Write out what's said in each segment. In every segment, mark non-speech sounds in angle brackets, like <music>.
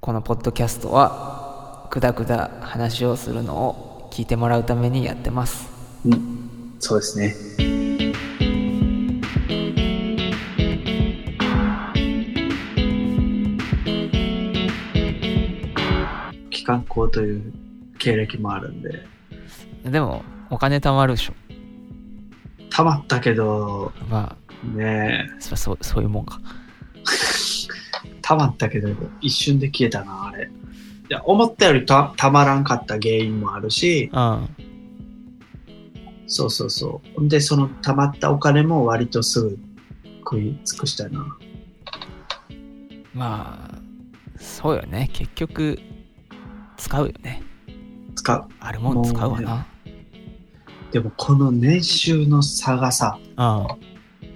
このポッドキャストはくだくだ話をするのを聞いてもらうためにやってますうん、そうですね。機関校という経歴もあるんで、でもお金貯まるでしょたまったけど、まあねそりゃそうそういうもんかえ、たまったけど、一瞬で消えたな、あれ。いや、思ったよりたたまらんかった原因もあるし、うんそうそうそう。んで、そのたまったお金も割とすぐ食い尽くしたな。まあそうよね結局使うよね使う。あるもん使うわなでも、この年収の差がさ、うん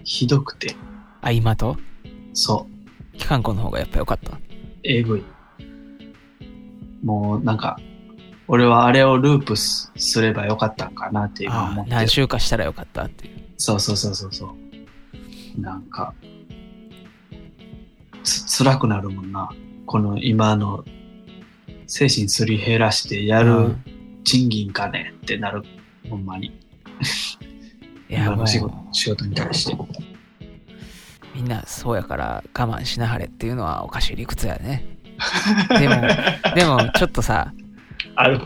ひどくて、あ今とそう、機関庫の方がやっぱ良かったえぐい。もうなんか、俺はあれをループすすればよかったんかなって今あ思あって何る。週かしたら良かったっていうそうそうそうそうそう。なんか、つ、辛くなるもんな。この今の、精神すり減らしてやうるん賃金かねってなる、ほんまに。いや今もうの仕事仕事に対して。みんなそうやから我慢しなはれっていうのはおかしい理屈やねでもでもちょっとさある、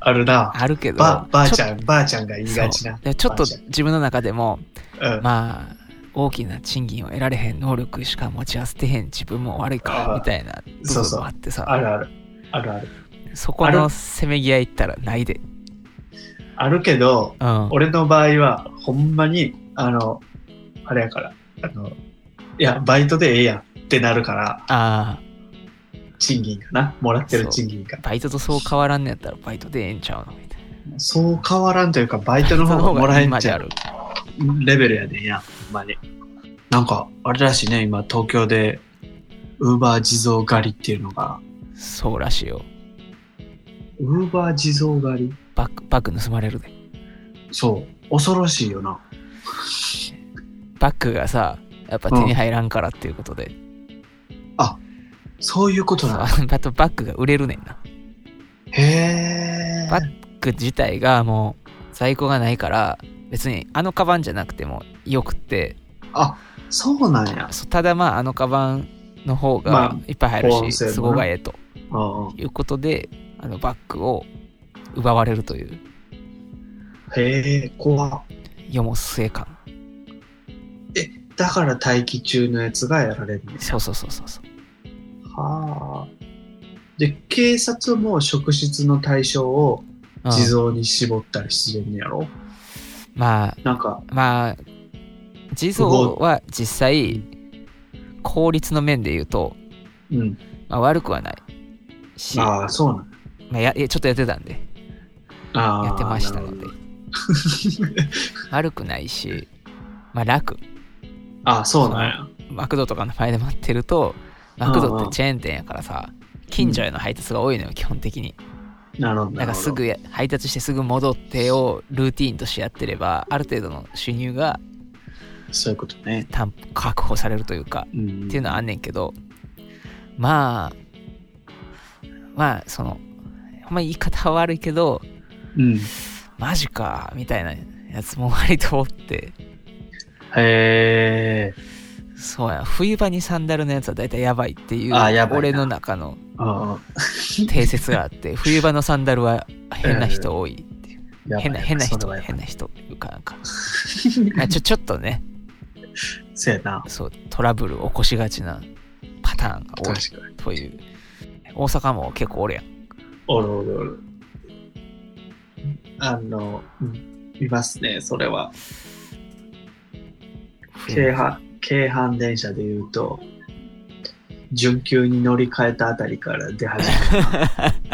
あるな。あるけどば、ばあちちょゃん、ばあちゃんが言いがちなそう。でちょっとばあちゃん自分の中でもうんまあ大きな賃金を得られへん能力しか持ち合わせてへん自分も悪いかあみたいな部そうそ分うもあってさあるある。あるある。そこあのるせめぎ合いったらないであるけど、うん俺の場合は、ほんまに、あの、あれやから、あの、いや、バイトでええやんってなるから、ああ賃金かな。もらってる賃金が。バイトとそう変わらんのやったらバイトでええんちゃうのみたいなそう変わらんというか、バイトの方がもらえんバイトちのゃ方がうレベルやねんやん、ほんまに。なんか、あれらしいね、今、東京で、ウーバー地蔵狩りっていうのが、そうらしいよウーバー地蔵狩りバッグバッグ盗まれるでそう。恐ろしいよな。バッグがさやっぱ手に入らんからっていうことで、そういうことそうなの。あとバッグが売れるねんなへバッバーッグ自体がもう在庫がないから別にあのカバンじゃなくてもよくってそうなんや。そうただまああのカバンの方がまあいっぱい入る保温性し、もな都合がええとうんうんいうことであのバッグを奪われるというへえ、怖っ世も末感だから待機中のやつがやられるんだよそうそうそうそうそうはあ。で、警察も職質の対象をうん地蔵に絞ったりしてんねやろ、まあなんか、まあ地蔵は実際効率の面で言うと、うん。まあ、悪くはないしああ、そうなんまあ、やいやちょっとやってたんでああ。やってましたのでなるほど悪くないし、まあ、楽ああ、そうなんや。マクドとかの前で待ってるとマクドってチェーン店やからさ近所への配達が多いのよ基本的になるほど。だからすぐや配達してすぐ戻ってをルーティーンとしてやってればある程度の収入がそういうことね。担確保されるというかうん。っていうのはあんねんけどまあまあそのほんま言い方は悪いけどうん。へマジかみたいなやつも割とおってえ。そうや冬場にサンダルのやつは大体やばいっていうあやばいな俺の中のああ。定説があって <laughs> 冬場のサンダルは変な人多いっていうやばい変な変なそ人れはやばい変な人っていうかなんかあちょ <laughs> ちょっとねせやな。そうトラブル起こしがちなパターンが多確いかに。という大阪も結構おるやんおるおるおる。あの、うんいますね、それは。京阪京阪電車で言うと準急に乗り換えたあたりから出始め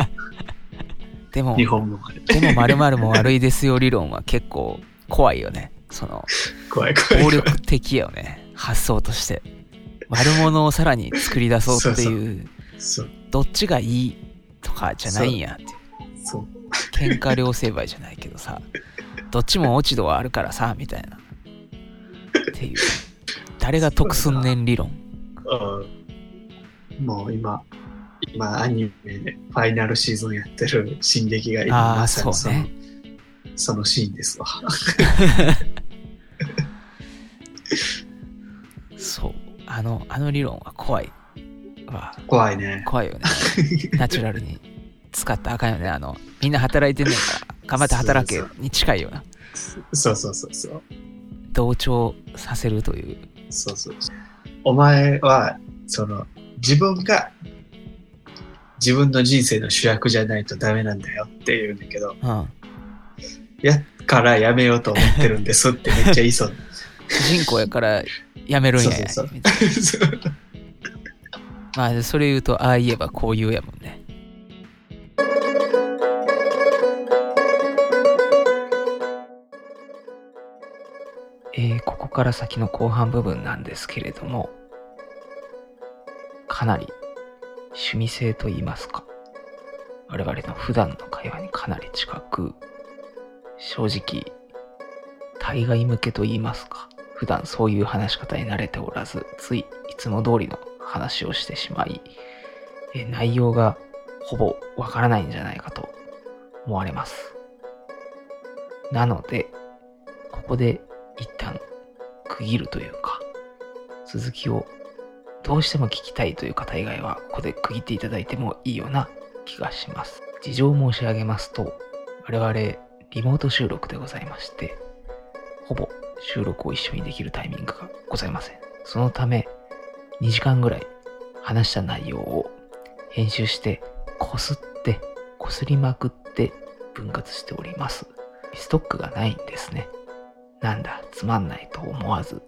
<laughs> でもた日本もあるでも〇〇も悪いですよ理論は結構怖いよねその怖い怖い暴怖い力的やよね発想として悪者をさらに作り出そうっていうそうどっちがいいとかじゃないんやってそう喧嘩両成敗じゃないけどさどっちも落ち度はあるからさみたいなっていう誰が得すんねん理論うんもう今今アニメでファイナルシーズンやってる進撃が今ああまー、さにそうそのね。そのシーンですわ。そう。あの、あの理論は怖いわ。怖いね。怖いよね。ナチュラルに使ったらあかんよね。あの、みんな働いてんねんから、頑張って働けそうに近いような。そうそうそうそう。同調させるという。そうそう。お前は、その、自分が、自分の人生の主役じゃないとダメなんだよって言うんだけど、うん。やからやめようと思ってるんですってめっちゃ言 <laughs> いそう。主人公やからやめるんや。そうそうそうみたいなそうまあ、それ言うと、ああ言えばこう言うやもんね。えーここから先の後半部分なんですけれども、かなり趣味性と言いますか、我々の普段の会話にかなり近く、正直、対外向けと言いますか、普段そういう話し方に慣れておらず、ついいつも通りの話をしてしまい、え内容がほぼわからないんじゃないかと思われます。なので、ここで一旦区切るというか、続きをどうしても聞きたいという方以外は、ここで区切っていただいてもいいような気がします。事情を申し上げますと、我々リモート収録でございまして、ほぼ収録を一緒にできるタイミングがございません。そのため、2時間ぐらい話した内容を編集して、こすって、こすりまくって分割しております。ストックがないんですね。なんだ、つまんないと思わず、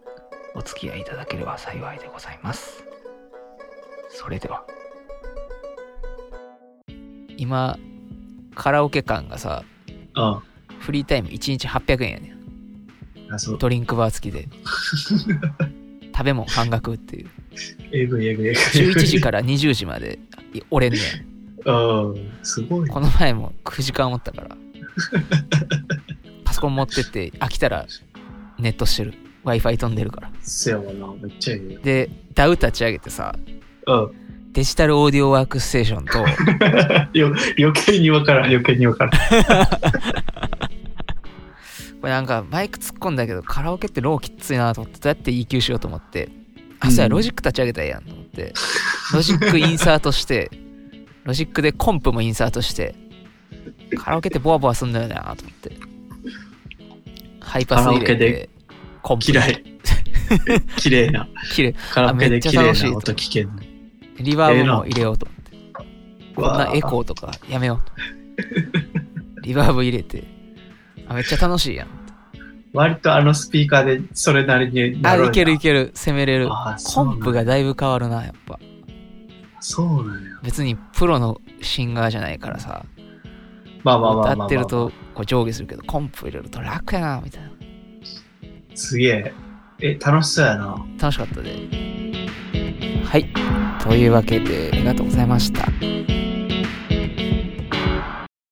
お付き合いいただければ幸いでございます。それでは。今、カラオケ館がさ、あフリータイム1日800円やねん。あそう。ドリンクバー付きで。食べ物半額っていう。えぐいえぐいえぐい。 11時から20時までい俺ねん。うん。すごい。この前も9時間おったから。パソコン持ってって飽きたらネットしてる。Wi-Fi 飛んでるから。せやわな。めっちゃえぐい。で、DAW 立ち上げてさ、うん。デジタルオーディオワークステーションと、 <laughs> よ余計にわからん。余計にわからん。これなんかマイク突っ込んだけどカラオケってローきっついなと思ってどうやって EQ しようと思ってあそうやうんロジック立ち上げたらええやんと思 <laughs> って、ロジックインサートしてロジックでコンプもインサートしてカラオケってボワボワすんだよなと思ってハイパス入カラれオケでてコンプ嫌い。 <laughs> 綺麗な。綺麗カラオケあめでっちゃ綺麗楽しいな音聞けんの。リバーブも入れようと思ってこんなエー。コーとかやめようと思ってリバーブ入れてあめっちゃ楽しいやん割とあのスピーカーでそれなりになあるんや。いけるいける攻めれるあそコうなんンやプがだいぶ変わるなやっぱそうなんや。別にプロのシンガーじゃないからさ、まあまあまあまあ、ま歌あ。ってるとこう上下するけど、コンプ入れると楽やな、みたいな。すげえ。え、楽しそうやな。楽しかったで。はい。というわけで、ありがとうございました。